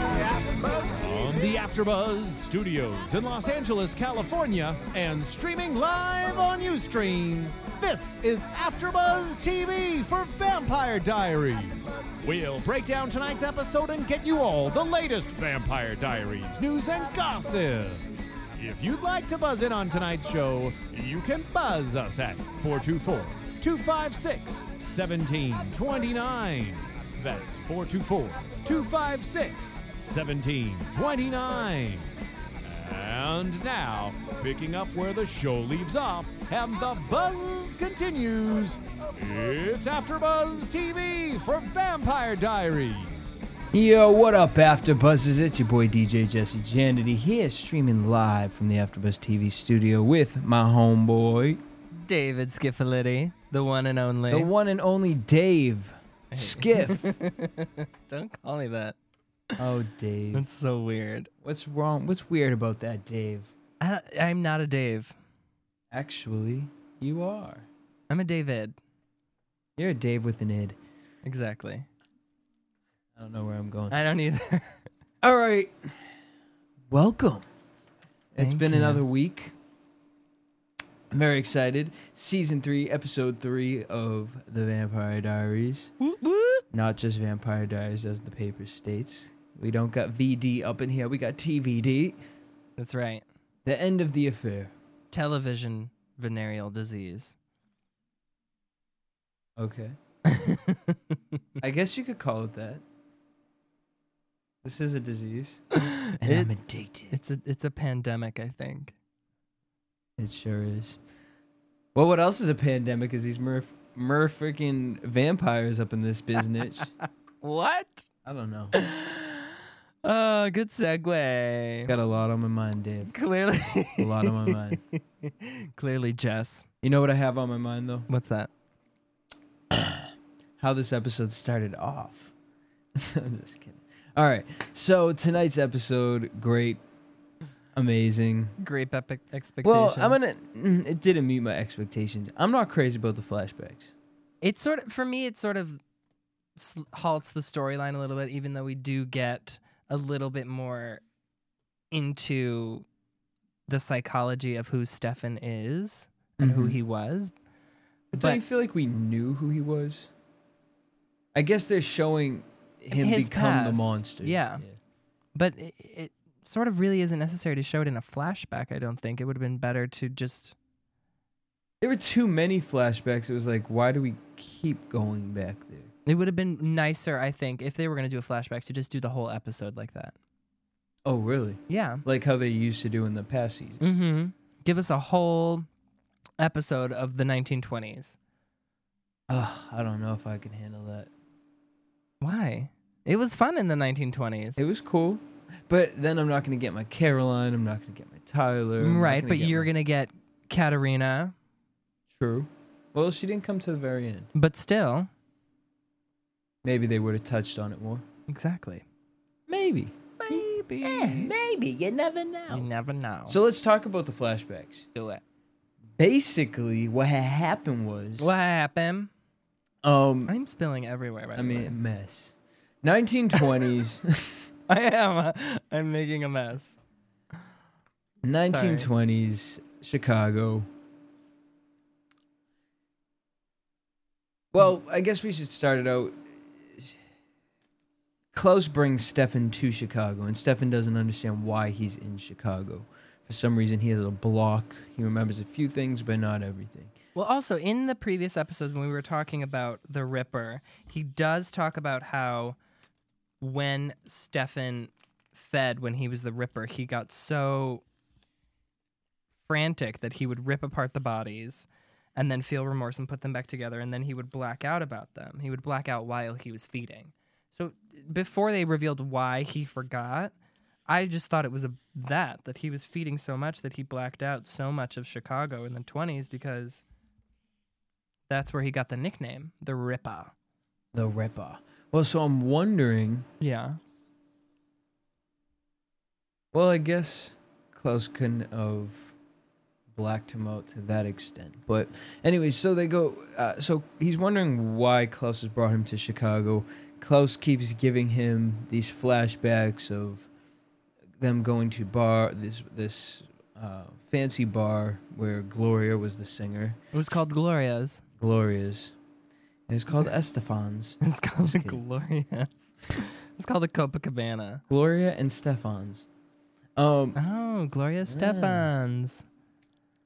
From the AfterBuzz Studios in Los Angeles, California, and streaming live on UStream, this is AfterBuzz TV for Vampire Diaries. We'll break down tonight's episode and get you all the latest Vampire Diaries news and gossip. If you'd like to buzz in on tonight's show, you can buzz us at 424 256 1729. That's 424 256 1729. And now, picking up where the show leaves off and the buzz continues, it's AfterBuzz TV for Vampire Diaries. Yo, what up, AfterBuzzers? It's your boy DJ Jesse Janity here, streaming live from the AfterBuzz TV studio with my homeboy, David Skiffality, the one and only. the one and only Dave Skiff. Don't call me that. oh, Dave, That's so weird. what's wrong? What's weird about that, Dave? I, I'm not a Dave. Actually, you are. I'm a David. You're a Dave with an id. Exactly. I don't know where I'm going. I don't either. All right, welcome. it's Thank been you. another week. I'm very excited. Season three, episode three of The Vampire Diaries. not just Vampire Diaries as the paper states. We don't got VD up in here. We got TVD. That's right. The end of the affair. Television venereal disease. Okay. I guess you could call it that. This is a disease. And I'm addicted. It's a it's a pandemic, I think. It sure is. Well, what else is a pandemic is these mer, mer freaking vampires up in this business. What? I don't know. Oh, good segue. Got a lot on my mind, Dave. Clearly, A lot on my mind. clearly, Jess. You know what I have on my mind, though? What's that? how this episode started off. I'm just kidding. All right. So tonight's episode, great, amazing. Grape epic expectations. Well, I'm gonna. mm, It didn't meet my expectations. I'm not crazy about the flashbacks. it sort of for me it sort of sl- halts the storyline a little bit even though we do get a little bit more into the psychology of who Stefan is and who Mhm. he was But don't But- you feel like we knew who he was? I guess they're showing him His become the past. monster. Yeah. but it, it sort of really isn't necessary to show it in a flashback I don't think it would have been better to just There were too many flashbacks. It was like, why do we keep going back there? it would have been nicer I think if they were going to do a flashback to just do the whole episode like that Oh, really? yeah Like how they used to do in the past season. mm-hmm give us a whole episode of the 1920s Ugh, I don't know if I can handle that. Why? It was fun in the 1920s. It was cool, but then I'm not gonna get my Caroline. I'm not gonna get my Tyler. I'm not right, gonna but get you're my- going to get Katerina, true. Well, she didn't come to the very end. but still. Maybe they would have touched on it more. Exactly. Maybe. Maybe. maybe you never know. You never know. Eh, So let's talk about the flashbacks. do it. Basically, what had happened was, What happened? um, I'm spilling everywhere by I the mean, way. mess. 1920s, I am. uh, I'm making a mess. 1920s Chicago. Well, I guess we should start it out. Klaus brings Stefan to Chicago, and Stefan doesn't understand why he's in Chicago. For some reason, he has a block. He remembers a few things, but not everything. Well, also in the previous episodes when we were talking about the Ripper, he does talk about how when Stefan fed when he was the Ripper, he got so frantic that he would rip apart the bodies and then feel remorse and put them back together and then he would black out about them. He would black out while he was feeding. So before they revealed why he forgot, I just thought it was a, that that he was feeding so much that he blacked out so much of Chicago in the 20s because That's where he got the nickname, the Ripper. The Ripper. Well, so I'm wondering. Yeah. Well, I guess Klaus couldn't have blacked him out to that extent. But anyway, so they go. Uh, so he's wondering why Klaus has brought him to Chicago. Klaus keeps giving him these flashbacks of them going to bar this this uh, fancy bar where Gloria was the singer. It was called Gloria's. Gloria's. And it's called Estefan's. It's called kidding. Gloria's. It's called the Copacabana. Gloria and Stefan's. Um. Oh, Gloria Stefans.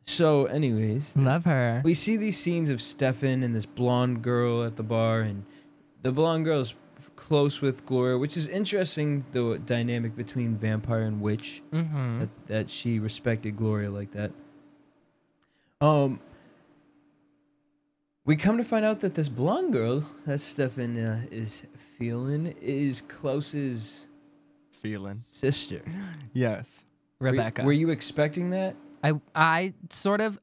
So, anyways, Love her. we see these scenes of Stefan and this blonde girl at the bar, and the blonde girl is f- close with Gloria, which is interesting. The dynamic between vampire and witch mm-hmm. that, that she respected Gloria like that. Um, we come to find out that this blonde girl that Stefan uh, is feeling is Klaus's Feeling. sister. Yes. Were- Rebecca. Were, you expecting that? I I sort of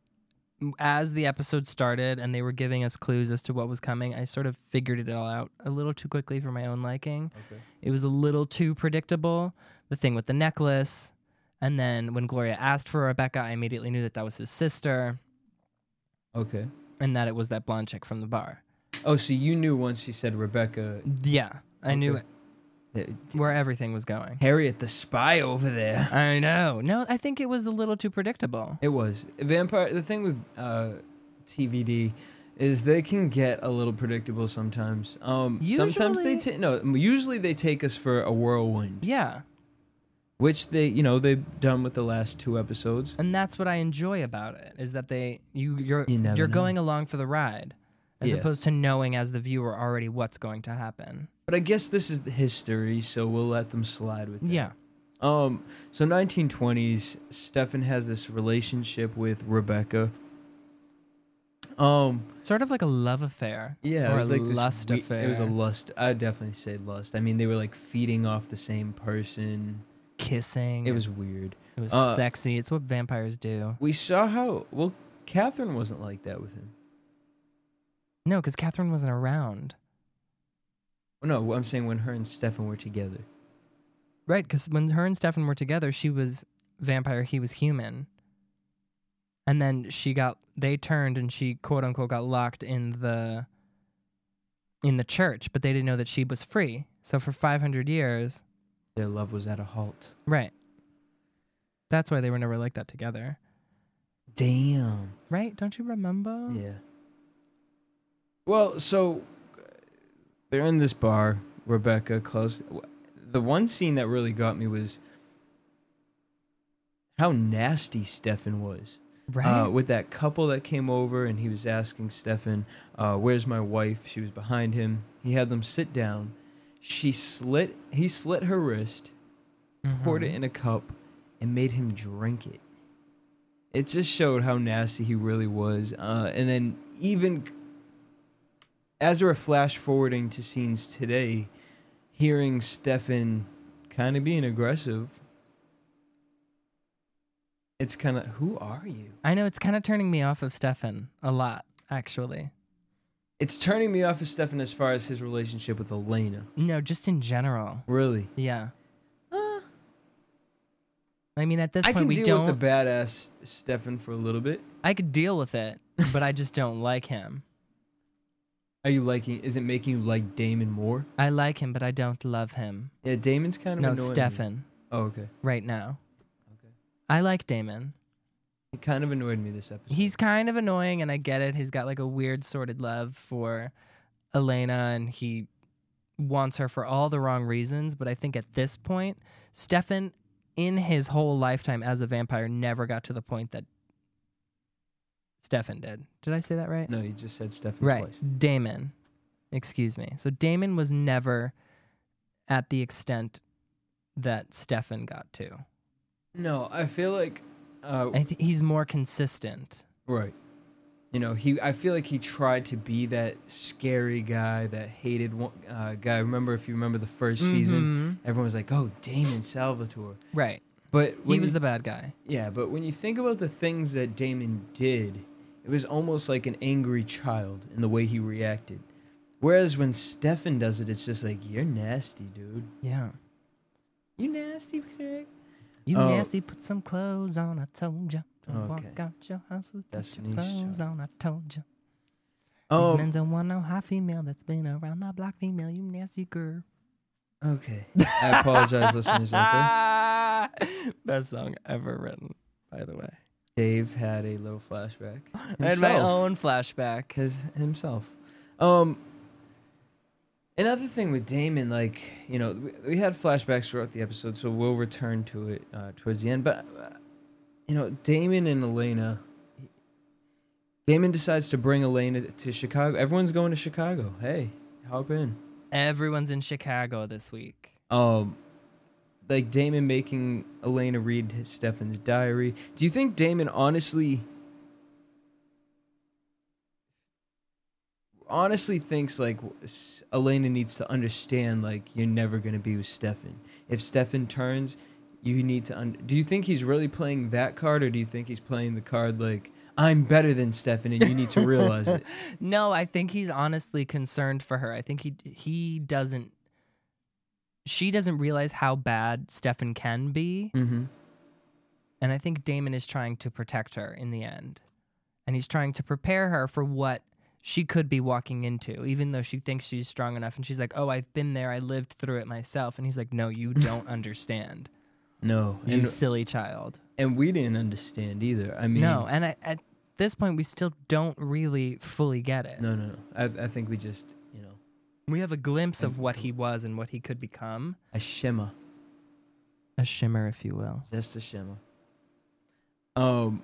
as the episode started and they were giving us clues as to what was coming, I sort of figured it all out a little too quickly for my own liking. Okay. It was a little too predictable. The thing with the necklace, and then when Gloria asked for Rebecca, I immediately knew that that was his sister Okay. and that it was that blonde chick from the bar. Oh, so you knew once she said Rebecca. Yeah, I knew Okay. that- where everything was going. Harriet the spy over there. I know. No, I think it was a little too predictable. It was vampire. The thing with uh, TVD is they can get a little predictable sometimes. Um, sometimes they Usually- take no. Usually they take us for a whirlwind, Yeah, which they you know they've done with the last two episodes. and that's what I enjoy about it is that they you you're You you never are know. going along for the ride, as Yeah. opposed to knowing as the viewer already what's going to happen. But I guess this is the history, so we'll let them slide with that. Yeah, Um, so 1920s, Stefan has this relationship with Rebecca. Um, sort of like a love affair. Yeah, or it was a like this lust we- affair. It was a lust. I definitely say lust. I mean, they were like feeding off the same person. kissing. It was weird. it was uh, sexy. It's what vampires do. We saw how well Catherine wasn't like that with him. No, because Catherine wasn't around. Oh, No, I'm saying when her and Stefan were together. Right, because when her and Stefan were together, she was vampire, he was human. And then she got they turned and she quote unquote got locked in the in the church, but they didn't know that she was free. So for five hundred years Their love was at a halt. Right. That's why they were never like that together. Damn. Right? Don't you remember? Yeah. Well, so uh, they're in this bar. Rebecca close. The one scene that really got me was how nasty Stefan was. Right. uh, with that couple that came over and he was asking Stefan, uh, "Where's my wife?" She was behind him. He had them sit down. She slit he slit her wrist, poured it in a cup, and made him drink it. It just showed how nasty he really was. Uh, and then even as we're flash forwarding to scenes today, hearing Stefan kind of being aggressive. It's kind of who are you? I know it's kinda turning me off of Stefan a lot, actually. It's turning me off of Stefan as far as his relationship with Elena. No, just in general. Really? Yeah. I mean at this Uh. I point can we deal don't with the badass Stefan for a little bit. I could deal with it, but I just don't like him. Are you liking? Is it making you like Damon more? I like him, but I don't love him. Yeah, Damon's kind of No, annoying. me. Stefan, Oh, okay. right now. Okay. I like Damon. He kind of annoyed me this episode. He's kind of annoying, and I get it. He's got like a weird sordid love for Elena, and he wants her for all the wrong reasons. But I think at this point, Stefan, in his whole lifetime as a vampire, never got to the point that Stefan did. Did I say that right? no, you just said Stefan Right. twice. Damon. Excuse me. So Damon was never at the extent that Stefan got to. No, I feel like, uh, I th- he's more consistent. right. You know, he. I feel like he tried to be that scary guy, that hated one, uh, guy. Remember, if you remember the 1st season, everyone was like, "Oh, Damon Salvatore." Right. But Mm-hmm. He when was you- the bad guy. Yeah, but when you think about the things that Damon did, It was almost like an angry child in the way he reacted. Whereas when Stefan does it, it's just like, you're nasty, dude. Yeah. You nasty pig. You Oh. nasty, put some clothes on. I told you. Don't walk Okay. out your house without That's your niche clothes joke. on. I told you. These Oh, men don't want no hot female that's been around that black female. You nasty girl. okay. I apologize, listeners out there. Ah, best song ever written, by the way. Dave had a little flashback. I had my himself. own flashback. his himself. Um, another thing with Damon, like you know, we, we had flashbacks throughout the episode, so we'll return to it uh, towards the end. But uh, you know, Damon and Elena. Damon decides to bring Elena to Chicago. Everyone's going to Chicago. Hey, hop in. Everyone's in Chicago this week. Um, like Damon making Elena read his Stefan's diary. Do you think Damon honestly, honestly thinks like s- Elena needs to understand like you're never gonna be with Stefan. If Stefan turns, you need to. Un- do you think he's really playing that card, or do you think he's playing the card like I'm better than Stefan and you need to realize it? No, I think he's honestly concerned for her. I think he he doesn't she doesn't realize how bad Stefan can be, Mm-hmm. and I think Damon is trying to protect her in the end. And he's trying to prepare her for what she could be walking into, even though she thinks she's strong enough and she's like, "Oh, I've been there. I lived through it myself." And he's like, "No, you don't understand. No, You and silly child." and we didn't understand either. I mean, No, and I, at this point we still don't really fully get it. No, no, no. I, I think we just, you know, We have a glimpse of what he was and what he could become. a shimmer. A shimmer, if you will. That's the shimmer. Um,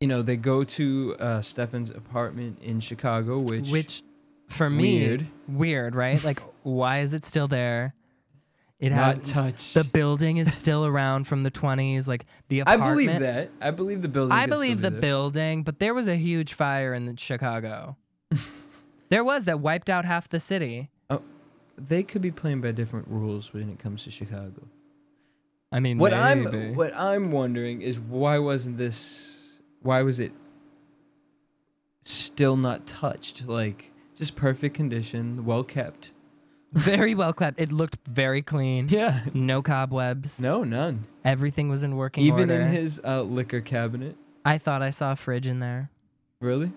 you know, they go to uh, Stefan's apartment in Chicago, which, Which, for me, Weird. weird, right? like, why is it still there? It not has touched. the building is still around from the twenties. Like the I apartment. believe that. I believe the building. I could still believe be the there. building, but there was a huge fire in the- Chicago. there was that wiped out half the city. Oh, they could be playing by different rules when it comes to Chicago. I mean, What maybe. I'm what I'm wondering is why wasn't this? Why was it still not touched? Like just perfect condition, well kept. very well clapped. It looked very clean. Yeah. No cobwebs. No, none. Everything was in working Even order. in his uh, liquor cabinet. I thought I saw a fridge in there. Really?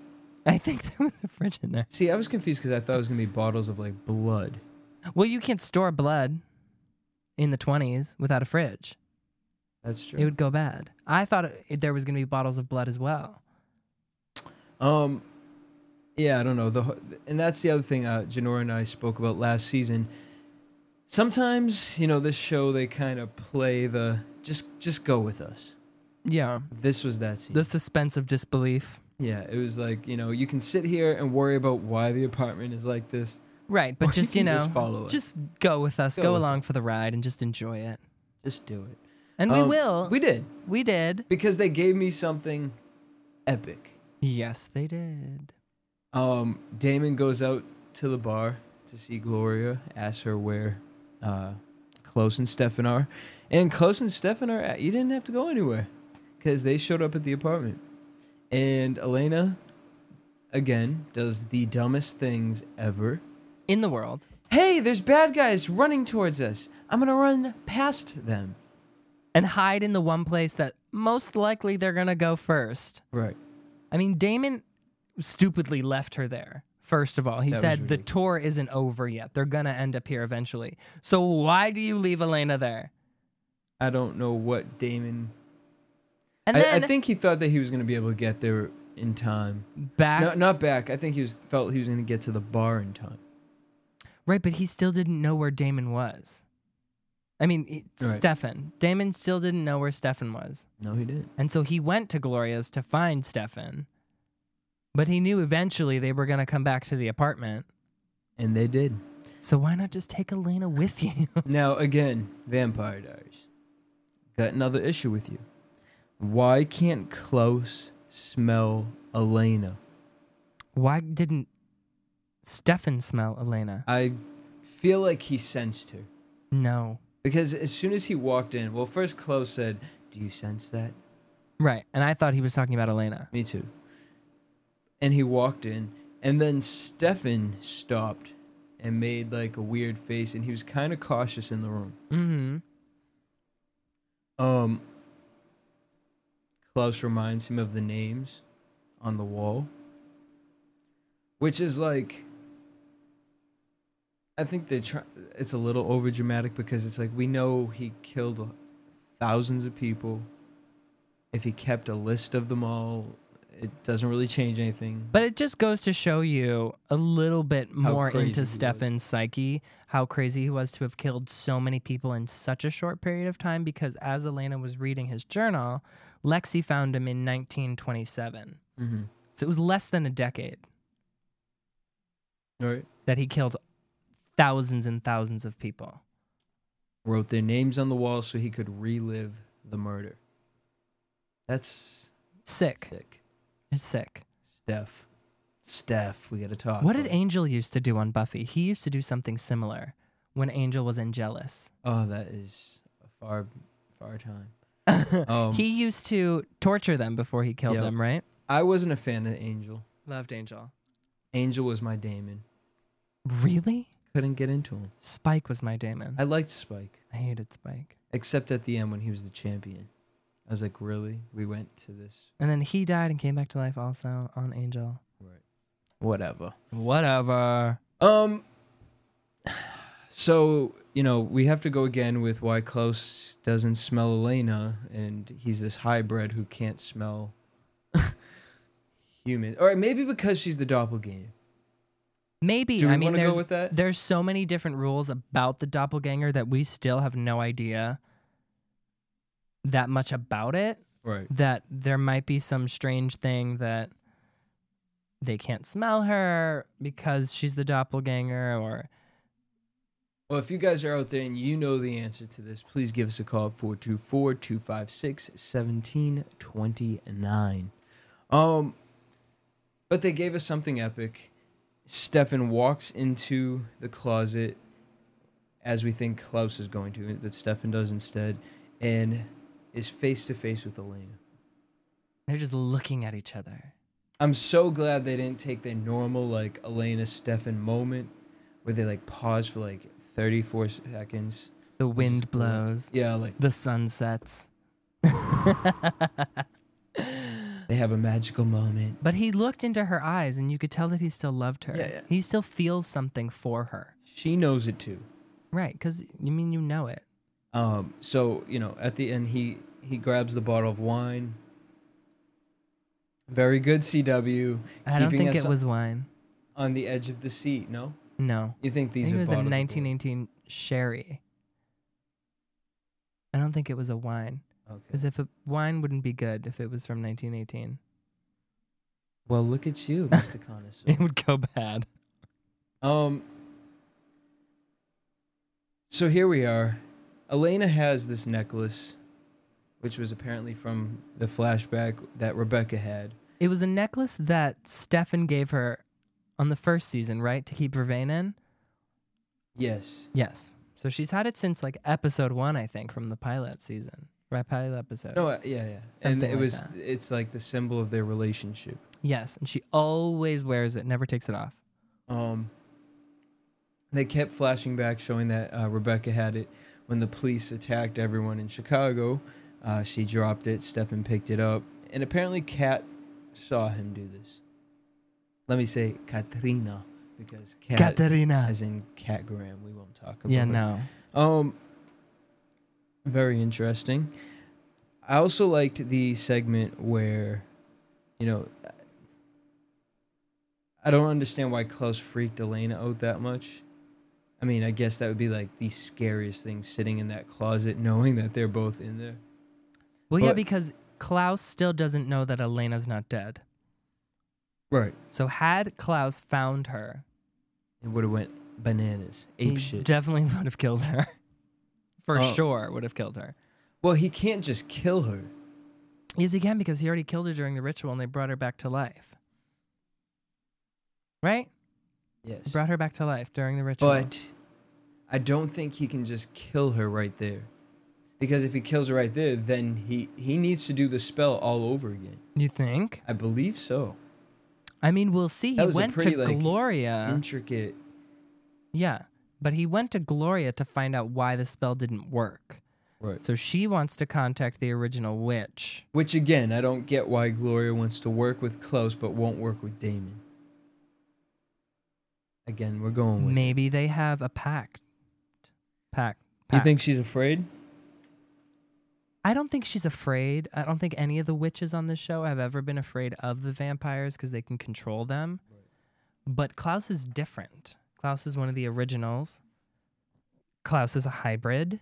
I think there was a fridge in there. See, I was confused because I thought it was gonna be bottles of like blood. Well, you can't store blood in the 20s without a fridge. That's It true. would go bad. I thought it, there was going to be bottles of blood as well. um, yeah, I don't know. The ho- and that's the other thing uh, Janora and I spoke about last season. Sometimes, you know, this show they kind of play the just just go with us. Yeah. This was that scene. The suspense of disbelief. yeah, it was like you know you can sit here and worry about why the apartment is like this. Right, Or but you just can you know, just follow it. just go with us, go go, with along for the ride, and just enjoy it. Just do it. And we Um, will. We did we did. because they gave me something epic. Yes, they did. Um, Damon goes out to the bar to see Gloria, asks her where uh, Close and Stefan are. And Close and Stefan are at, you didn't have to go anywhere because they showed up at the apartment. And Elena, again, does the dumbest things ever. In the world. Hey, there's bad guys running towards us. I'm going to run past them. And hide in the one place that most likely they're going to go first. Right. I mean, Damon stupidly left her there. First of all, he That was said the ridiculous. tour isn't over yet. They're going to end up here eventually. So why do you leave Elena there? I don't know what Damon. And I, then I think he thought that he was going to be able to get there in time. back No, not back. I think he was felt he was going to get to the bar in time. right, but he still didn't know where Damon was. I mean, it, Right. Stefan. Damon still didn't know where Stefan was. No, he didn't. And so he went to Gloria's to find Stefan. But he knew eventually they were going to come back to the apartment. And they did. So why not just take Elena with you? Now, again, Vampire Diaries. Got another issue with you. Why can't Close smell Elena? why didn't Stefan smell Elena? I feel like he sensed her. No. Because as soon as he walked in, well, first Close said, Do you sense that? Right. And I thought he was talking about Elena. Me too. And he walked in, and then Stefan stopped and made like a weird face, and he was kind of cautious in the room. Mm-hmm. Um, Klaus reminds him of the names on the wall, which is like, I think they try. It's a little over dramatic because it's like we know he killed thousands of people. If he kept a list of them all, it doesn't really change anything. But it just goes to show you a little bit more crazy he into was. Stefan's psyche, how crazy he was to have killed so many people in such a short period of time. Because as Elena was reading his journal, Lexi found him in 1927. Mhm. So it was less than a decade All right, that he killed thousands and thousands of people. wrote their names on the wall so he could relive the murder. That's Sick. sick. It's sick. Steph. Steph, we gotta talk. Oh, What did Angel used to do on Buffy? He used to do something similar when Angel was in Jealous. Oh, that is a far, far time. Um, he used to torture them before he killed Yep. them, right? I wasn't a fan of Angel. Loved Angel. Angel was my Damon. Really? Couldn't get into him. Spike was my Damon. I liked Spike, I hated Spike. except at the end when he was the champion. I was like, really? We went to this? And then he died and came back to life also on Angel. Whatever. Whatever. Um. So you know we have to go again with why Klaus doesn't smell Elena, and he's this hybrid who can't smell human, or maybe because she's the doppelganger. Maybe. Do we I mean, wanna go there's, with that? there's so many different rules about the doppelganger that we still have no idea that much about it Right. that there might be some strange thing that they can't smell her because she's the doppelganger or Well, if you guys are out there and you know the answer to this, please give us a call at 424 256 1729. Um, but they gave us something epic. Stefan walks into the closet as we think Klaus is going to, but Stefan does instead, and is face to face with Elena. they're just looking at each other. I'm so glad they didn't take the normal like Elena Stefan moment where they like pause for like 34 seconds. The is wind cool. blows, Yeah, like the sun sets. They have a magical moment. But he looked into her eyes and you could tell that he still loved her. Yeah, yeah. He still feels something for her. She knows it too. Right, because you mean you know it. Um, so you know, at the end, he he grabs the bottle of wine. Very good, CW. I don't keeping think us it was wine. on the edge of the seat. No, No. you think I these think are it was a bottles of wine? 1918 sherry. I don't think it was a wine. Because Okay. if a wine wouldn't be good if it was from 1918, Well, look at you, Mr. Connoisseur. it would go bad. Um. So here we are. Elena has this necklace, which was apparently from the flashback that Rebecca had. It was a necklace that Stefan gave her on the first season, right? To keep Vervain in? Yes, Yes. So she's had it since like episode one, I think, from the pilot season. Right, pilot episode. No, uh, yeah, yeah, and Something it like was that. it's like the symbol of their relationship. Yes. And she always wears it, never takes it off. Um, they kept flashing back, showing that uh, Rebecca had it when the police attacked everyone in Chicago. Uh, she dropped it. Stefan picked it up, and apparently Kat saw him do this. Let me say Katrina because Kat, Katerina. as in Cat Graham. We won't talk about. her. Yeah, no. Um, very interesting. I also liked the segment where, you know, I don't understand why Klaus freaked Elena out that much. I mean, I guess that would be like the scariest thing sitting in that closet knowing that they're both in there. Well, yeah, But- because Klaus still doesn't know that Elena's not dead. Right. So had Klaus found her, It would have went bananas, ape he shit. definitely would have killed her. For Oh. sure, would have killed her. well, he can't just kill her. Yes, he can because he already killed her during the ritual and they brought her back to life. Right? Yes. Brought her back to life during the ritual. But I don't think he can just kill her right there. Because if he kills her right there, then he he needs to do the spell all over again. You think? I believe so. I mean, we'll see. That He was a went pretty, to like, Gloria. Intricate. yeah. But he went to Gloria to find out why the spell didn't work. Right. So she wants to contact the original witch. Which again, I don't get why Gloria wants to work with Klaus but won't work with Damon. Again, we're going with. Maybe they have a pact. Pact. You pact. think she's afraid? I don't think she's afraid. I don't think any of the witches on this show have ever been afraid of the vampires because they can control them. But Klaus is different. Klaus is one of the originals. Klaus is a hybrid.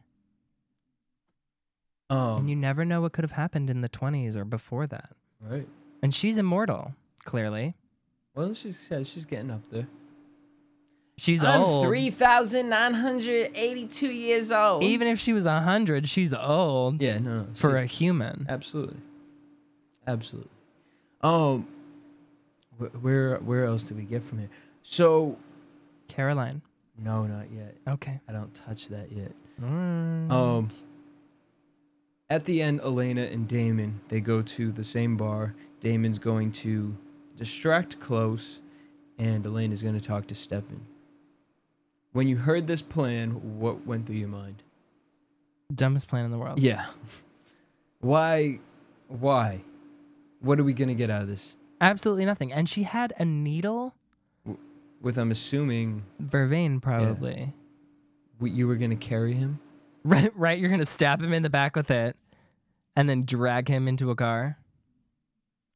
Um, and you never know what could have happened in the 20s or before that. right. And she's immortal, clearly. Well, she says she's getting up there. She's old. 3,982 years old. Even if she was 100, she's old yeah, no, no. for she- a human. Absolutely. Absolutely. Um wh- where where else do we get from here? So Caroline. no, not yet. Okay. I don't touch that yet. Um at the end Elena and Damon, they go to the same bar. Damon's going to distract Close and Elena's going to talk to Stefan. When you heard this plan, what went through your mind? Dumbest plan in the world. Yeah. Why? Why? What are we gonna get out of this? Absolutely nothing. And she had a needle, With I'm assuming vervain probably. we, you were gonna carry him. Right, right. You're gonna stab him in the back with it, and then drag him into a car.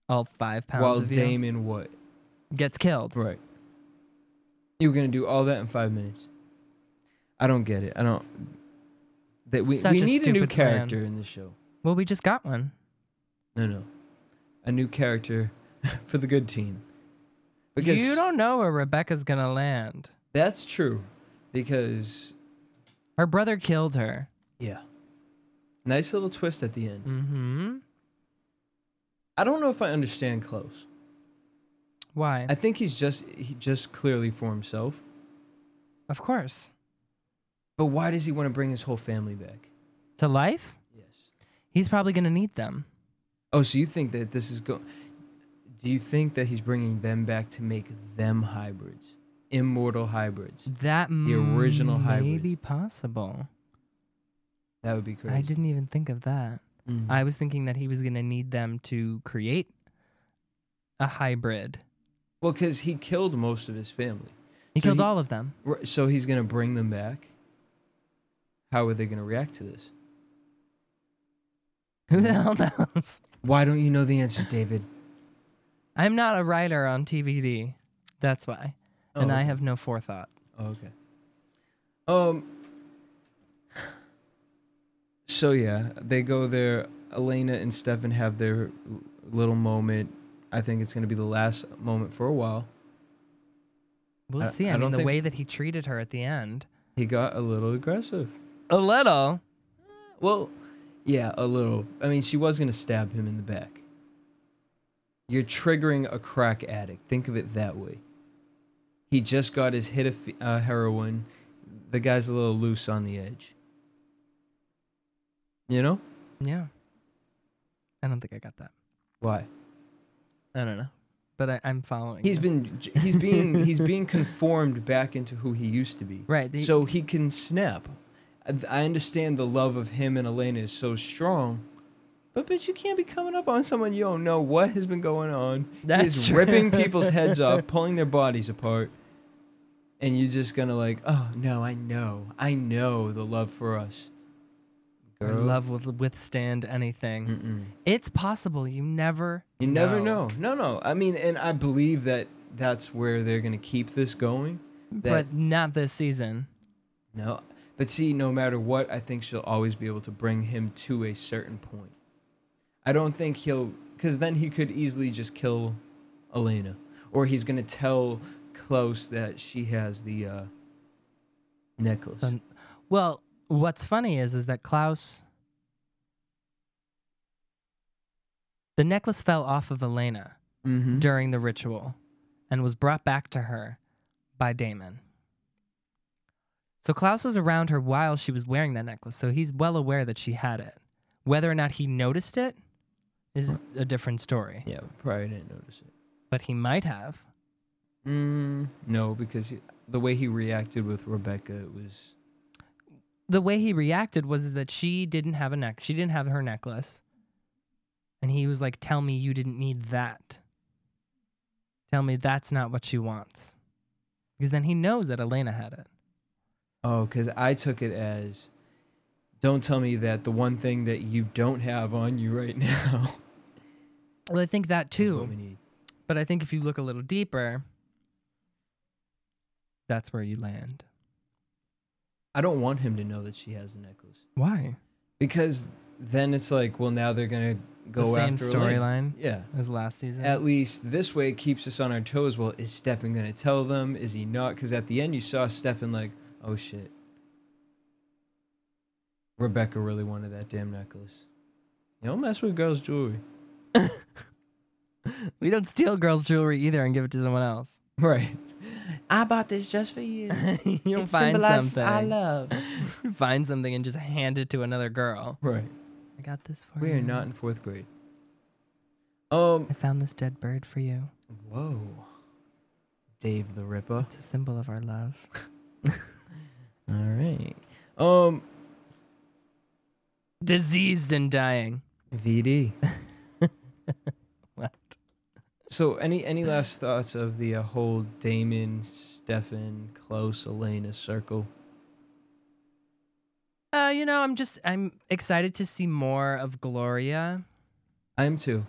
All five pounds while of you Damon what? gets killed. Right. You were gonna do all that in five minutes. I don't get it. I don't. That we Such we a need a new stupid plan. character in the show. Well, we just got one. No, no, a new character for the good team. Because you don't know where Rebecca's gonna land. that's true. Because Her brother killed her. yeah, nice little twist at the end. Mm-hmm. I don't know if I understand close. Why? I think he's just he just clearly for himself. of course. But why does he want to bring his whole family back? To life. Yes. He's probably gonna need them. Oh, so you think that this is going? Do you think that he's bringing them back to make them hybrids, immortal hybrids? That The original may hybrids. be possible. That would be crazy. I didn't even think of that. Mm. I was thinking that he was gonna need them to create a hybrid. Well, because he killed most of his family, He So killed he- all of them. R- so he's gonna bring them back. How are they gonna react to this? Who the hell knows? Why don't you know the answers, David? I'm not a writer on TVD. That's why. and Oh, I okay. have no forethought. Oh, okay. Um. So yeah, they go there. Elena and Stefan have their l- little moment. I think it's gonna be the last moment for a while. We'll I- see. I, I mean, don't the think- way that he treated her at the end. He got a little aggressive. A little. Well, yeah, a little. I mean, she was gonna stab him in the back. You're triggering a crack addict. Think of it that way. He just got his hit of f- uh, heroin. The guy's a little loose on the edge. You know Yeah. I don't think I got that. why? I don't know. But I, I'm following. He's you. been j- he's being he's being conformed back into who he used to be. Right, they- so he can snap. I, I understand the love of him and Elena is so strong, but bitch, you can't be coming up on someone you don't know what has been going on. That's He's true. ripping people's heads off, pulling their bodies apart, and you're just gonna like, oh no, I know, I know the love for us. Or Love will withstand anything. Mm-mm. It's possible. You never. You never know. No, no. I mean, and I believe that that's where they're gonna keep this going. That But not this season. No, but see, no matter what, I think she'll always be able to bring him to a certain point. I don't think he'll, because then he could easily just kill Elena, or he's gonna tell Klaus that she has the uh, necklace. Um, Well, what's funny is is that Klaus the necklace fell off of Elena hmm during the ritual and was brought back to her by Damon. So Klaus was around her while she was wearing that necklace, so he's well aware that she had it. Whether or not he noticed it is a different story, Yeah, probably didn't notice it. but he might have. Mm, no, because he, the way he reacted with Rebecca it was The way he reacted was that she didn't have a neck. She didn't have her necklace. And he was like, "Tell me you didn't need that. Tell me that's not what she wants." Because then he knows that Elena had it. oh, because I took it as don't tell me that the one thing that you don't have on you right now Well, I think that is what too. we need. But I think if you look a little deeper, that's where you land. I don't want him to know that she has the necklace Why? because then it's like, well, now they're gonna go the same after Elena. storyline Yeah. as last season. At least this way it keeps us on our toes. Well, is Stefan gonna tell them? Is he not? Because at the end you saw Stefan like, oh shit, Rebecca really wanted that damn necklace. You don't mess with girls' jewelry, we don't steal girls' jewelry either and give it to someone else. right? I bought this just for you. you don't find something. love. find something and just hand it to another girl. Right. I got this for We you. are not in fourth grade. Um. I found this dead bird for you. Whoa. Dave the Ripper. It's a symbol of our love. All right. Um. Diseased and dying. VD. What? So, any any last thoughts of the uh, whole Damon, Stefan, Close, Elena circle? Uh, you know, I'm just I'm excited to see more of Gloria, I'm too.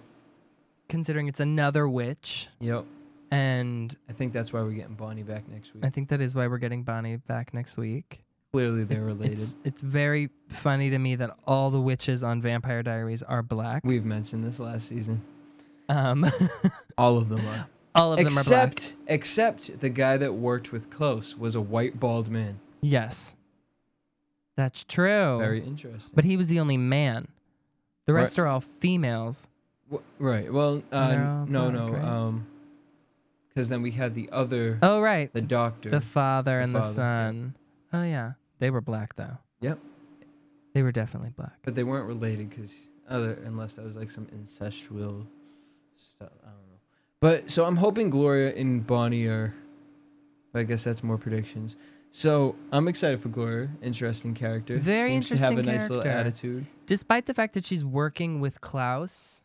considering it's another witch. Yep. And I think that's why we're getting Bonnie back next week. I think that is why we're getting Bonnie back next week. Clearly, they're It- related. It's, it's very funny to me that all the witches on Vampire Diaries are black. We've mentioned this last season. Um, All of them are. all of them are black. except except the guy that worked with Close was a white bald man. Yes, that's true. Very interesting. Oh. But he was the only man. The Right. rest are all females. W- right. Well, they're uh, all no, black, no. right? Um, because then we had the other, Oh right, the doctor. the father The and the father, yeah. son. Oh yeah, they were black though. yep. They were definitely black. But they weren't related because other unless that was like some incestual stuff. I don't know. But so I'm hoping Gloria and Bonnie are. But I guess that's more predictions. So I'm excited for Gloria. Interesting character. Very Seems to have a interesting nice little character. attitude. Despite the fact that she's working with Klaus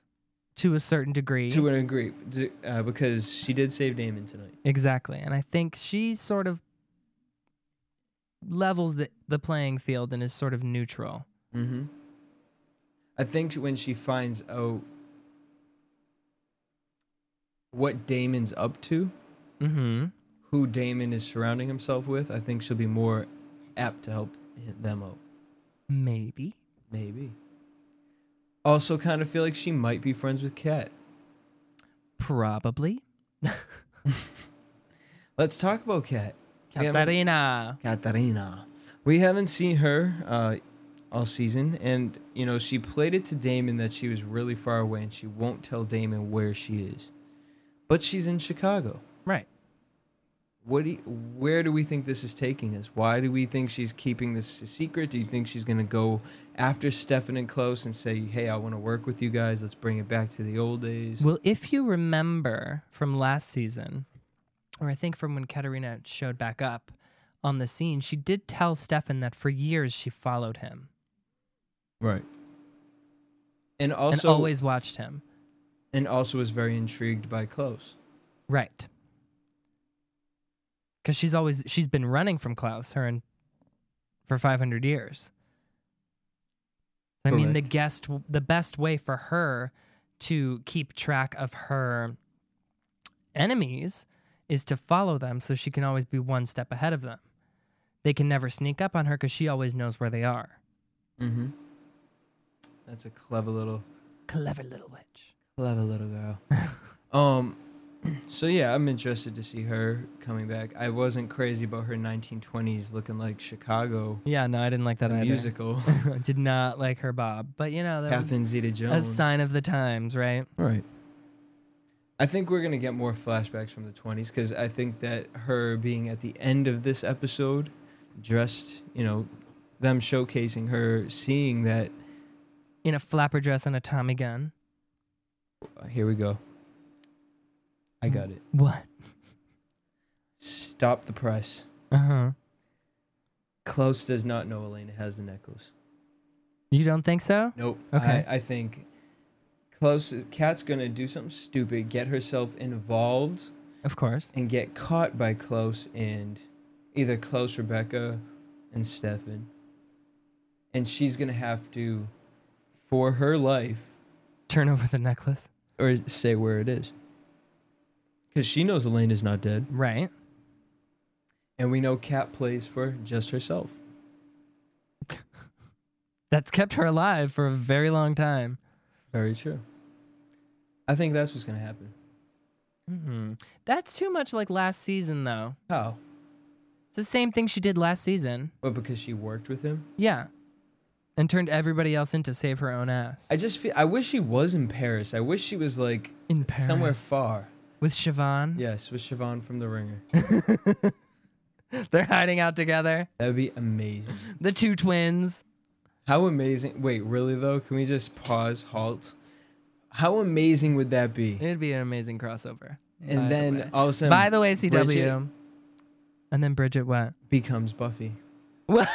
to a certain degree. To an agree, d- uh, because she did save Damon tonight. Exactly. And I think she sort of levels the, the playing field and is sort of neutral. Mm-hmm. I think when she finds out what Damon's up to, Mm-hmm. who Damon is surrounding himself with, I think she'll be more apt to help hi- them out. Maybe. Maybe. Also, kind of feel like she might be friends with Kat. Probably. Let's talk about Kat. Yeah, I mean- Katarina. Katarina. We haven't seen her uh, all season, and you know she played it to Damon that she was really far away, and she won't tell Damon where she is. But she's in Chicago. Right. What do you, where do we think this is taking us? Why do we think she's keeping this a secret? Do you think she's going to go after Stefan and Close and say, "Hey, I want to work with you guys. Let's bring it back to the old days." Well, if you remember from last season, or I think from when Katarina showed back up on the scene, she did tell Stefan that for years she followed him right. And also, and always watched him. and also was very intrigued by Close. Right. Cuz she's always she's been running from Klaus her and for 500 years. I mean the Correct. guest the best way for her to keep track of her enemies is to follow them so she can always be one step ahead of them. They can never sneak up on her cuz she always knows where they are. Mm-hmm. That's a clever little Clever little witch. clever little girl. um so yeah, I'm interested to see her coming back. I wasn't crazy about her 1920s looking like Chicago Yeah, no, I didn't like that the either. musical. I did not like her bob, but you know, that Catherine was a Zeta-Jones. sign of the times, right? Right. I think we're going to get more flashbacks from the 20s cuz I think that her being at the end of this episode dressed, you know, them showcasing her, seeing that. in a flapper dress and a Tommy gun. oh, Here we go. I got it. What? Stop the press. Uh huh. Klaus does not know Elena has the necklace. You don't think so? Nope. Okay. I, I think Klaus, Kat's gonna do something stupid, get herself involved, Of course. and get caught by Klaus and either Klaus, Rebecca, and Stefan. And she's gonna have to, for her life, Turn over the necklace. or say where it is. Because she knows Elena's not dead. Right. And we know Kat plays for just herself. That's kept her alive for a very long time. Very true. I think that's what's gonna happen. hmm That's too much like last season, though. How? It's the same thing she did last season. But because she worked with him? Yeah. And turned everybody else in to save her own ass. I just feel I wish she was in Paris. I wish she was like in Paris. somewhere far. With Siobhan. Yes, with Siobhan from The Ringer. They're hiding out together. That'd be amazing. The two twins. How amazing. Wait, really though? Can we just pause, halt? How amazing would that be? It'd be an amazing crossover. And By the then way. all of a sudden By the way, CW. Bridget And then Bridget what? becomes Buffy. and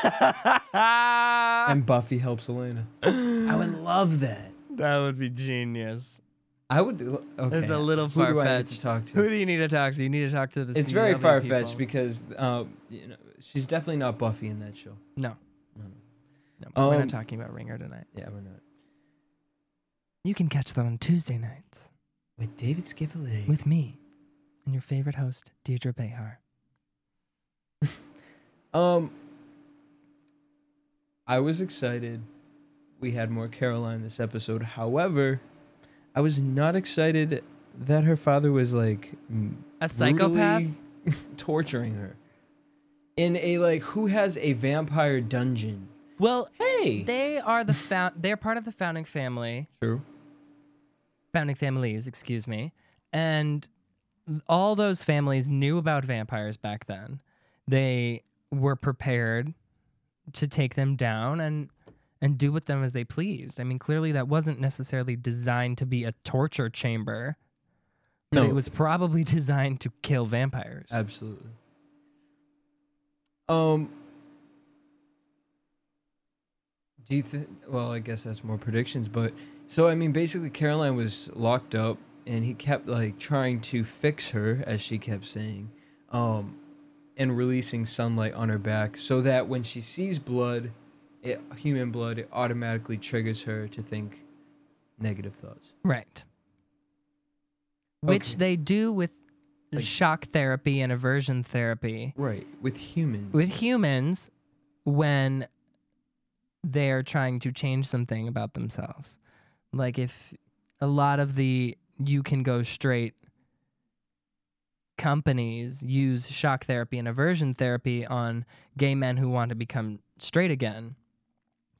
Buffy helps Elena. Ah. I would love that. That would be genius. I would do- okay. It's a little Who far do I need to fetched. talk Who to? do you need to talk to? You need to talk to the. It's very CW far fetched people. because uh, you know, she's definitely not Buffy in that show. no, No, no. no, we're Um, not talking about Ringer tonight. Yeah, we're not. You can catch that on Tuesday nights With David Skively. with me and your favorite host Deidre Behar. Um, I was excited. We had more Caroline this episode. However, I was not excited that her father was like m- A psychopath. brutally torturing her in a like who has a vampire dungeon. Well, Hey, they are the found. They're part of the founding family. true. founding families, excuse me, and all those families knew about vampires back then. They were prepared to take them down and and do with them as they pleased. I mean, clearly that wasn't necessarily designed to be a torture chamber. But No. Uh, it was probably designed to kill vampires. Absolutely. Um, do you think? Well, I guess that's more predictions, but so I mean, basically, Caroline was locked up, and he kept like trying to fix her, as she kept saying, um, and releasing sunlight on her back, so that when she sees blood, it, human blood, it automatically triggers her to think negative thoughts. right. Which Okay. they do with Like- shock therapy and aversion therapy. Right, with humans. with humans when they're trying to change something about themselves. Like if a lot of the you can go straight companies use shock therapy and aversion therapy on gay men who want to become straight again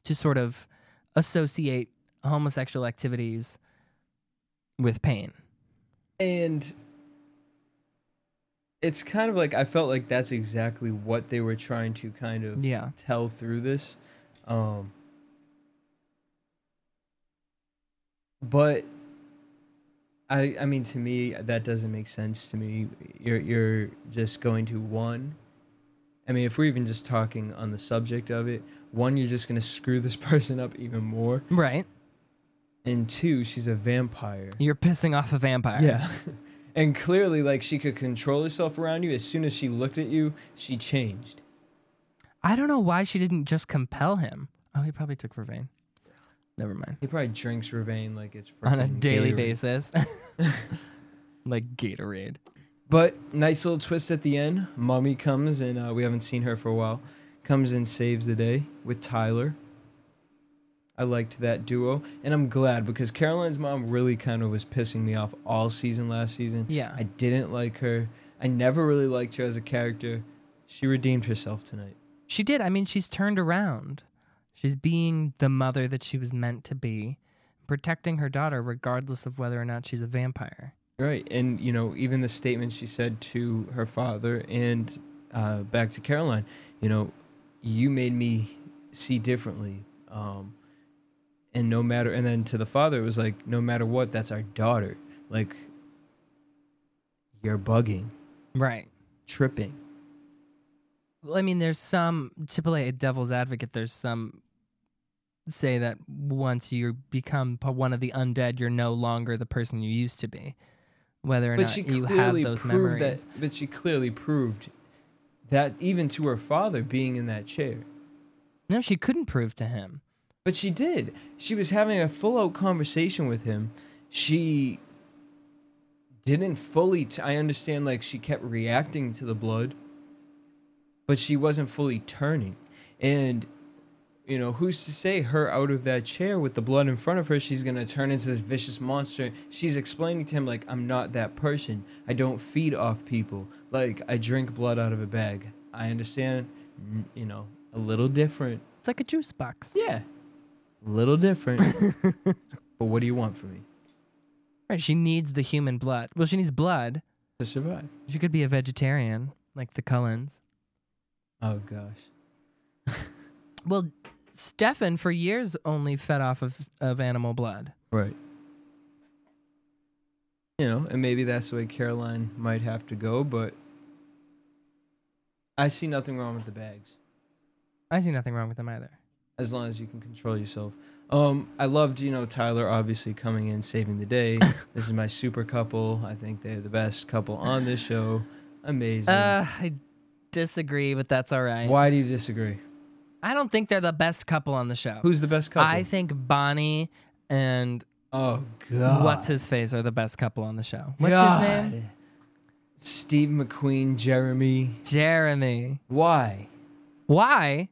to sort of associate homosexual activities with pain. And it's kind of like I felt like that's exactly what they were trying to kind of Yeah. tell through this. Um but I I mean to me that doesn't make sense to me. You're you're just going to one I mean if we're even just talking on the subject of it, one you're just going to screw this person up even more Right? and two she's a vampire. You're pissing off a vampire. Yeah. And clearly, like, she could control herself around you. As soon as she looked at you, she changed. I don't know why she didn't just compel him. Oh, he probably took Vervain. Never mind. He probably drinks Ravain like it's On a frickin' daily Gatorade. basis. like Gatorade. But nice little twist at the end. Mummy comes, and uh, we haven't seen her for a while. Comes and saves the day with Tyler. I liked that duo, and I'm glad because Caroline's mom really kind of was pissing me off all season last season. Yeah. I didn't like her. I never really liked her as a character. She redeemed herself tonight. She did. I mean, she's turned around. She's being the mother that she was meant to be, protecting her daughter regardless of whether or not she's a vampire. Right, and you know, even the statement she said to her father and uh, back to Caroline, you know, you made me see differently. Um, and no matter, and then to the father, it was like, no matter what, that's our daughter. Like, you're bugging, Right. tripping. Well, I mean, there's some to play a devil's advocate. There's some say that once you become p- one of the undead, you're no longer the person you used to be. Whether or But not she you clearly have those proved memories, that. But she clearly proved that even to her father being in that chair. no, she couldn't prove to him. But she did. She was having a full out conversation with him. She didn't fully. T- I understand, like, she kept reacting to the blood, but she wasn't fully turning. And, you know, who's to say her out of that chair with the blood in front of her, she's going to turn into this vicious monster? She's explaining to him, like, I'm not that person. I don't feed off people. Like, I drink blood out of a bag. I understand, n- you know, a little different. It's like a juice box. Yeah. A little different. but what do you want from me? Right. She needs the human blood. Well, she needs blood. To survive. She could be a vegetarian, like the Cullens. Oh gosh. Well, Stefan for years only fed off of, of animal blood. Right. You know, and maybe that's the way Caroline might have to go, but I see nothing wrong with the bags. I see nothing wrong with them either. As long as you can control yourself. Um, I loved, you know, Tyler obviously coming in, saving the day. this is my super couple. I think they're the best couple on this show. Amazing. Uh, I disagree, but that's all right. Why do you disagree? I don't think they're the best couple on the show. Who's the best couple? I think Bonnie and oh god. what's his face are the best couple on the show. What's his name? God. Steve McQueen, Jeremy. Jeremy. Why? Why?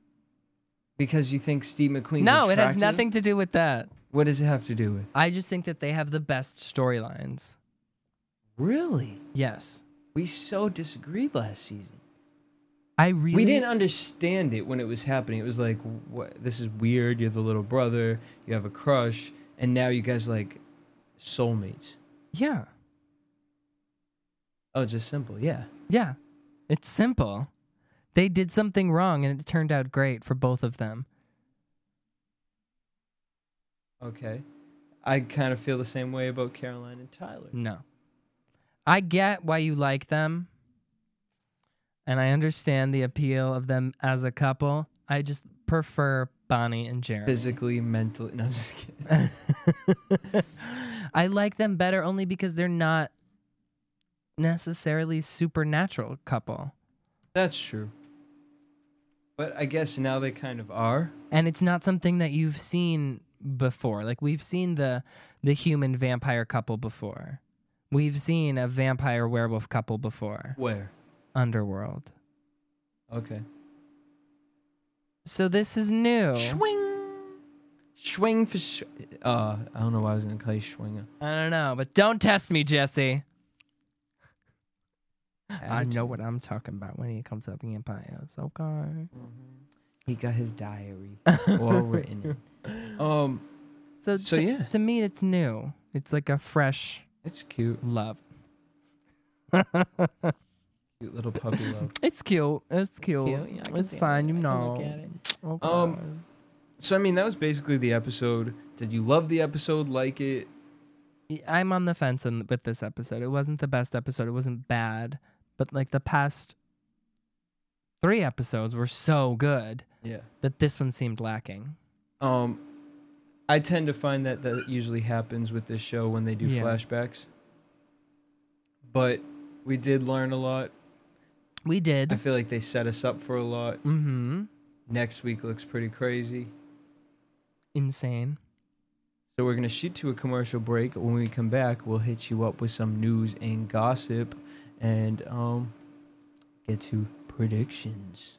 Because you think Steve McQueen? no, it has nothing to do with that. What does it have to do with? I just think that they have the best storylines. Really? Yes. We so disagreed last season. I really We didn't understand it when it was happening. It was like, what? This is weird. You're the little brother. You have a crush, and now you guys are like soulmates. Yeah. Oh, just simple. Yeah. Yeah. It's simple. They did something wrong and it turned out great for both of them. Okay. I kind of feel the same way about Caroline and Tyler. No. I get why you like them. And I understand the appeal of them as a couple. I just prefer Bonnie and Jeremy. Physically, mentally. No, I'm just kidding. I like them better only because they're not necessarily supernatural couple. That's true. But I guess now they kind of are. And it's not something that you've seen before. Like we've seen the the human vampire couple before. We've seen a vampire werewolf couple before. Where? Underworld. Okay. So this is new. Swing. Swing for. Sh- uh, I don't know why I was going to call you Schwinger. I don't know, but don't test me, Jesse. I know Attitude. what I'm talking about when he comes up in bios. Okay. He got his diary all written. in. Um, So, So, to, yeah. to me, it's new. It's like a fresh it's cute. love. Cute little puppy love. It's cute. It's cute. cute. Yeah, I can it's see it. fine. You I can know. Oh, look at it. Okay. Um, So I mean, that was basically the episode. Did you love the episode? Like it? Y- I'm on the fence in, with this episode. It wasn't the best episode. It wasn't bad, but like the past three episodes were so good Yeah. that this one seemed lacking. Um, I tend to find that that usually happens with this show when they do Yeah. flashbacks. But we did learn a lot. We I did. feel like they set us up for a lot. Mm-hmm. Next week looks pretty crazy. Insane. So we're going to shoot to a commercial break. When we come back, we'll hit you up with some news and gossip and um get to predictions.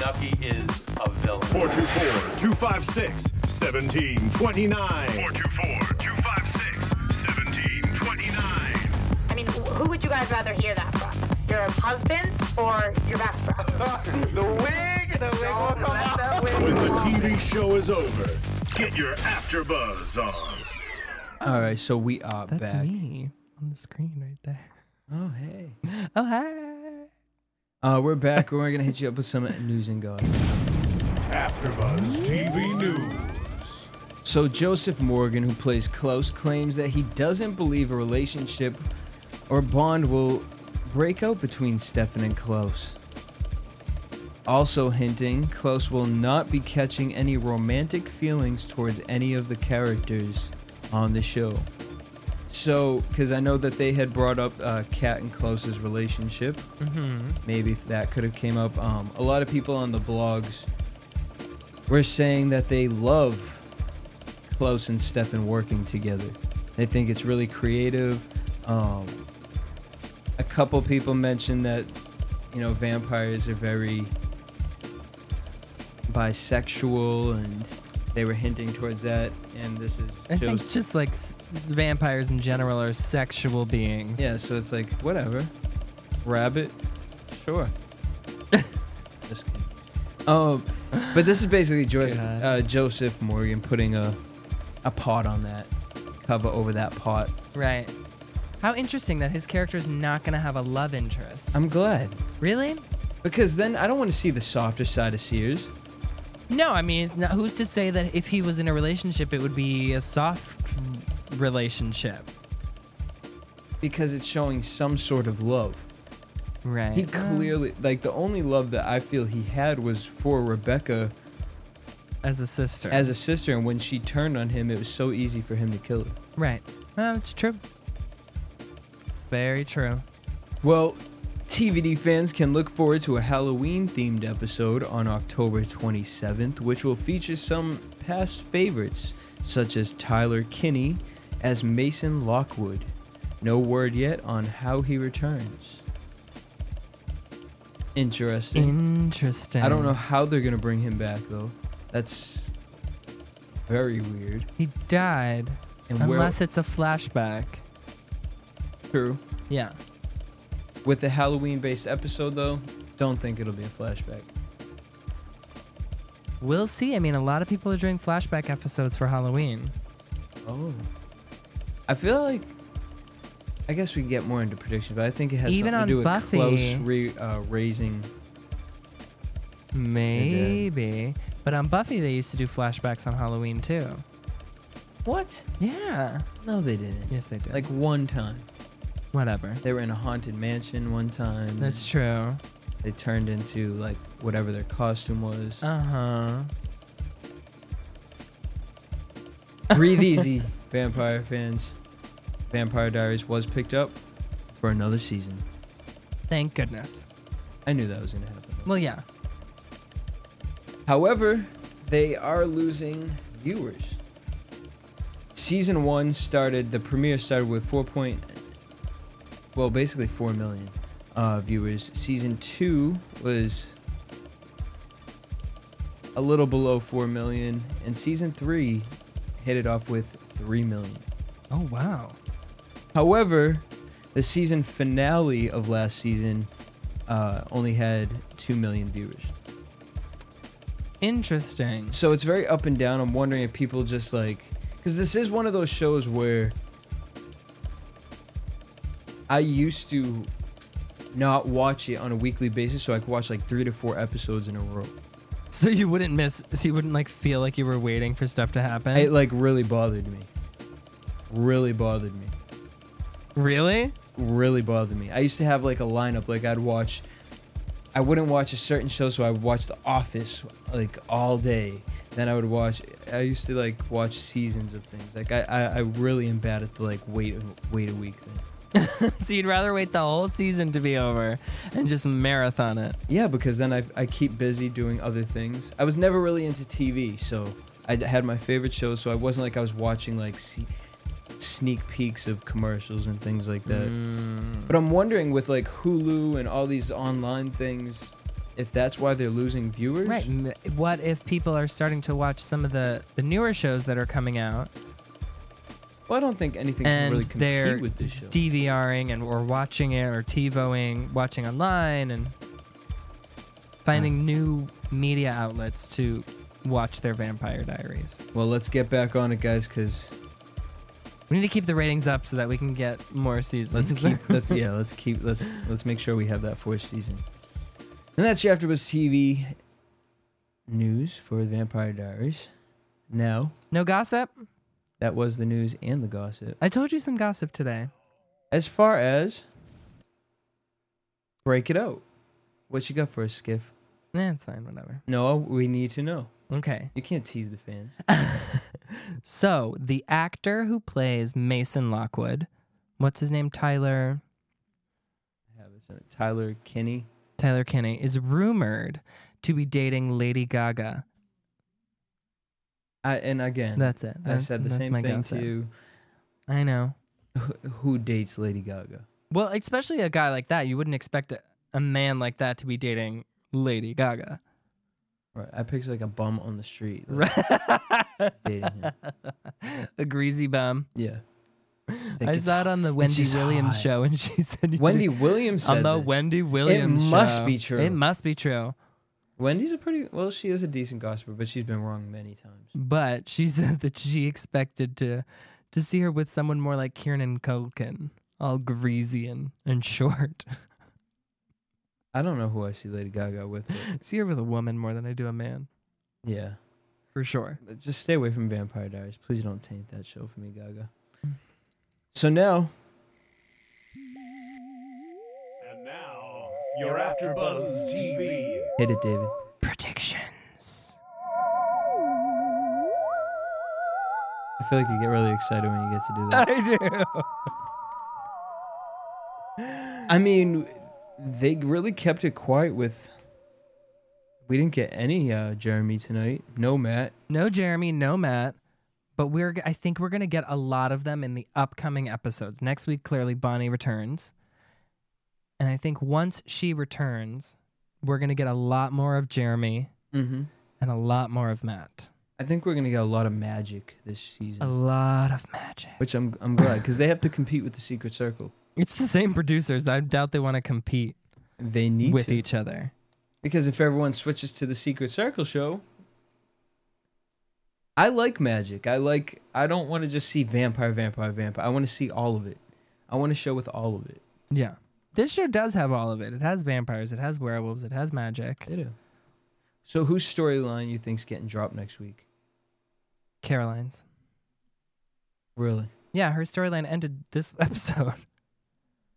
Nucky is a villain. 424 256 1729. 424 256 1729. I mean, wh- who would you guys rather hear that from? Your husband or your best friend? The wig! The wig will come out. That When the TV show is over, get your after buzz on. All right, so we are That's back. me on the screen right there. Oh hey, Oh hi. uh, we're back. and we're gonna hit you up with some news and gossip. AfterBuzz TV News. So Joseph Morgan, who plays Klaus, claims that he doesn't believe a relationship or bond will break out between Stefan and Klaus. Also hinting, Klaus will not be catching any romantic feelings towards any of the characters on the show. So, because I know that they had brought up uh, Kat and Klaus's relationship, Mm-hmm. maybe that could have came up. Um, a lot of people on the blogs were saying that they love Klaus and Stefan working together. They think it's really creative. Um, a couple people mentioned that, you know, vampires are very bisexual and they were hinting towards that. And this is I think Joe's- just like s- vampires in general are sexual beings. Yeah, so it's like, whatever. Rabbit? Sure. Just kidding. Um, but this is basically Joseph, God. uh, Joseph Morgan putting a, a pot on that cover over that pot. Right. How interesting that his character is not going to have a love interest. I'm glad. really? Because then I don't want to see the softer side of Sears. No, I mean, it's not- who's to say that if he was in a relationship, it would be a soft relationship? Because it's showing some sort of love. Right. He clearly, like, the only love that I feel he had was for Rebecca as a sister. as a sister, and when she turned on him, it was so easy for him to kill her. right. Well, it's true. Very true. Well, TVD fans can look forward to a Halloween themed episode on October 27th, which will feature some past favorites, such as Tyler Kinney as Mason Lockwood. No word yet on how he returns. Interesting. Interesting. I don't know how they're going to bring him back, though. That's very weird. He died. And where- unless it's a flashback. True. Yeah. With the Halloween based episode, though, don't think it'll be a flashback. We'll see. I mean, a lot of people are doing flashback episodes for Halloween. Oh. I feel like. I guess we can get more into predictions, but I think it has something Even to on do with Buffy. close re, uh, raising. Maybe. But on Buffy, they used to do flashbacks on Halloween too. What? Yeah. No, they didn't. Yes, they did. Like one time, whatever. they were in a haunted mansion. One time, That's true. they turned into like whatever their costume was. Uh huh. Breathe easy, vampire fans. Vampire Diaries was picked up for another season. Thank goodness. I knew that was gonna happen. Well, yeah. However, they are losing viewers. Season one started. The premiere started with four point, well, basically four million uh, viewers. Season two was a little below four million, and season three hit it off with three million. Oh wow. However, the season finale of last season uh, only had two million viewers. Interesting. so it's very up and down. I'm wondering if people just like because this is one of those shows where I used to not watch it on a weekly basis, so I could watch like three to four episodes in a row. So you wouldn't miss. So you wouldn't like feel like you were waiting for stuff to happen. It like really bothered me. Really bothered me. really? Really bothered me. I used to have like a lineup. Like I'd watch. I wouldn't watch a certain show, so I would watch The Office like all day. Then I would watch. I used to like watch seasons of things. Like I, I, I really am bad at the like wait, a- wait a week thing. So you'd rather wait the whole season to be over and just marathon it. Yeah, because then I, I keep busy doing other things. I was never really into TV, so I d- had my favorite shows, so I wasn't like I was watching like se- sneak peeks of commercials and things like that. Mm. But I'm wondering with like Hulu and all these online things, if that's why they're losing viewers. Right. m- What if people are starting to watch some of the, the newer shows that are coming out Well, I don't think anything can and really they're compete with this show. DVRing and or watching it or TiVoing, watching online and finding new media outlets to watch their Vampire Diaries. well, let's get back on it, guys, because We need to keep the ratings up so that we can get more seasons. Let's keep. let's yeah. Let's keep. Let's let's make sure we have that fourth season. And that's your AfterBuzz TV news for the Vampire Diaries. Now no gossip. that was the news and the gossip. I told you some gossip today. As far as break it out. What you got for us, Skiff? Nah, Eh, it's fine. Whatever. No, we need to know. Okay. You can't tease the fans. So the actor who plays Mason Lockwood, what's his name? Tyler. Have it, so Tyler Kinney. Tyler Kinney is rumored to be dating Lady Gaga. I, and again, That's it. I That's- said the that's same my thing gossip. to you. I know. Who- Who dates Lady Gaga? Well, especially a guy like that, you wouldn't expect a, a man like that to be dating Lady Gaga. Right, I picture like a bum on the street, like, Right. dating him. a greasy bum. Yeah. I saw it on the Wendy just Williams hot. show, and she said Wendy Williams said on the this. Wendy Williams. must show. be true. It must be true. Wendy's a pretty well. She is a decent gossiper, but she's been wrong many times. But she said that she expected to to see her with someone more like Kieran Culkin, all greasy and, and short. I don't know who I see Lady Gaga with. But see her with a woman more than I do a man, yeah, for sure. But just stay away from Vampire Diaries. Please don't taint that show for me, Gaga. Mm. So now, And now, your AfterBuzz TV hit it, David. Predictions. I feel like you get really excited when you get to do that. I do. I mean, they really kept it quiet with. We didn't get any uh, Jeremy tonight. No Matt. No Jeremy, no Matt, but we're g- I think we're going to get a lot of them in the upcoming episodes. Next week clearly Bonnie returns. And I think once she returns, we're going to get a lot more of Jeremy Mm-hmm. and a lot more of Matt. I think we're gonna get a lot of magic this season. A lot of magic. which I'm I'm glad because they have to compete with the Secret Circle. It's the same producers. I doubt they want to compete They need with to each other. because if everyone switches to the Secret Circle show, I like magic. I like. I don't want to just see vampire, vampire, vampire. I want to see all of it. I want a show with all of it. Yeah. This show does have all of it. It has vampires, it has werewolves, it has magic. They do. So whose storyline you think's getting dropped next week? Caroline's. Really? Yeah, her storyline ended this episode.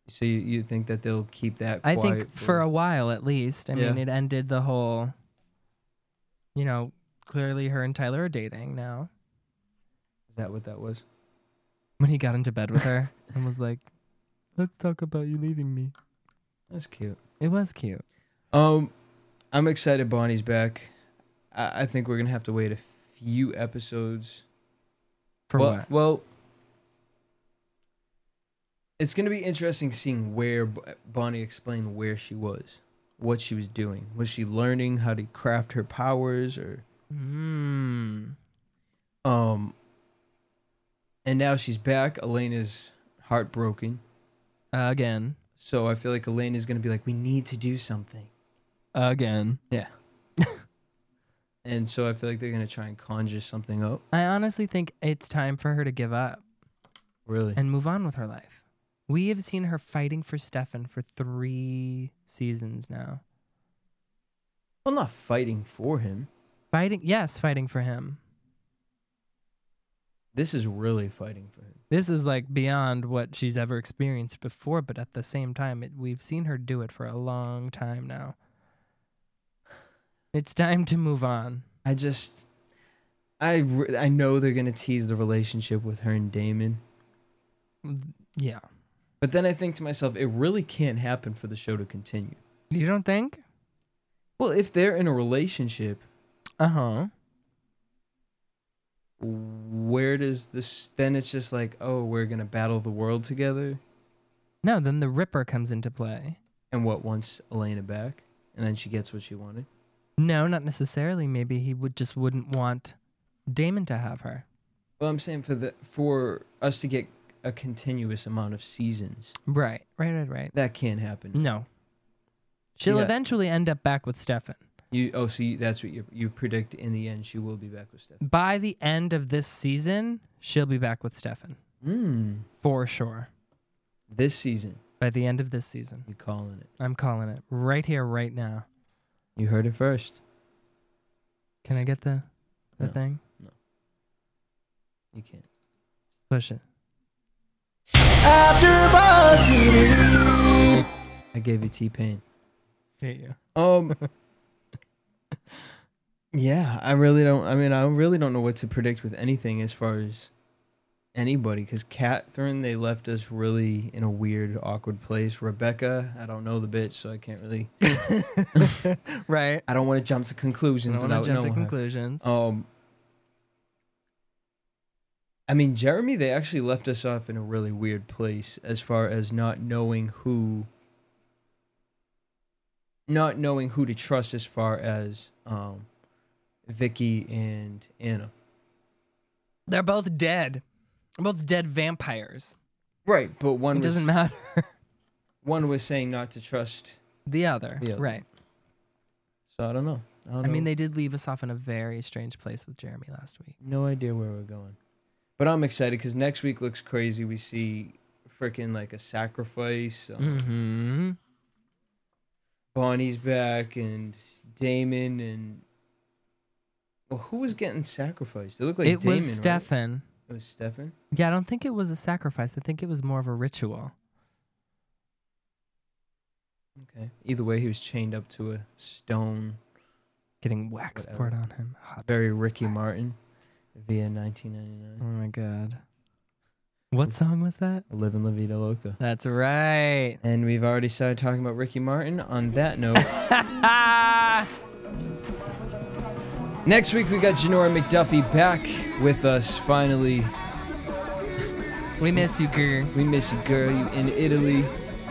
So you, you think that they'll keep that? I Quiet think for a while at least. I mean, Yeah. it ended the whole, you know, clearly her and Tyler are dating now. is that what that was? When he got into bed with her and was like, let's talk about you leaving me. That's cute. It was cute. Um, I'm excited. Bonnie's back. I, I think we're gonna have to wait a few episodes. For well, what? well, it's going to be interesting seeing where B- Bonnie explained where she was, what she was doing. Was she learning how to craft her powers or Mm. um and now she's back. Elena's heartbroken. Again. So I feel like Elena's going to be like we need to do something. Again. Yeah. and so I feel like they're going to try and conjure something up. I honestly think it's time for her to give up Really? and move on with her life. We have seen her fighting for Stefan for three seasons now. well, not fighting for him. Fighting, yes, fighting for him. This is really fighting for him. this is like beyond what she's ever experienced before but at the same time it, we've seen her do it for a long time now it's time to move on I just, I re- I know they're gonna tease the relationship with her and Damon, yeah but then I think to myself, it really can't happen for the show to continue. you don't think Well, if they're in a relationship, uh-huh where does this? Then it's just like, oh, we're gonna battle the world together, No, then the Ripper comes into play. and what wants Elena back, and then she gets what she wanted. No, not necessarily. Maybe he would just wouldn't want Damon to have her. Well, I'm saying for the for us to get a continuous amount of seasons, Right, right, right, right. that can't happen. No. She'll Yeah. eventually end up back with Stefan. You oh, so you, that's what you you predict in the end she will be back with Stefan. By the end of this season, she'll be back with Stefan. Mm, For sure. this season, By the end of this season. you calling it? I'm calling it right here, right now. You heard it first. Can I get the the No. thing? You can't. Push it. I gave you T pain. Hate you. Um. yeah, I really don't. I mean, I really don't know what to predict with anything as far as anybody because Catherine they left us really in a weird, awkward place. Rebecca, I don't know the bitch, so I can't really. Right. I don't want to jump to I conclusions don't want without to jump to knowing. her. conclusions. Um. I mean, Jeremy, they actually left us off in a really weird place as far as not knowing who. Not knowing who to trust as far as um, Vicky and Anna. They're both dead. Both dead vampires. Right, but one It was, doesn't matter. one was saying not to trust. the other. The other. Right. So I don't know. I, don't I mean, know. they did leave us off in a very strange place with Jeremy last week. no idea where we're going. But I'm excited because next week looks crazy. We see freaking like a sacrifice. Um, Mm-hmm. Bonnie's back and Damon and well, who was getting sacrificed? They look like it Damon. was Stefan. Right? It was Stefan. Yeah, I don't think it was a sacrifice. I think it was more of a ritual. Okay. Either way, he was chained up to a stone. Getting wax poured on him. Hot. Very Ricky Martin, via 1999. Oh my god. What song was that? Living La Vida Loca. That's right. And we've already started talking about Ricky Martin. On that note, Ah, next week we got Janora McDuffie back with us finally. We miss you, girl. We miss you, girl. You in Italy.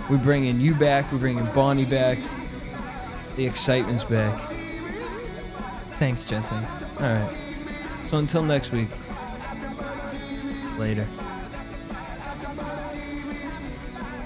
We're bringing you back. We're bringing Bonnie back. The excitement's back. Thanks, Jesse. All right. So until next week. Later.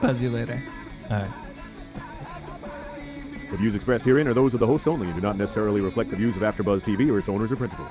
Buzz you later. All right. The views expressed herein are those of the hosts only and do not necessarily reflect the views of AfterBuzz TV or its owners or principals.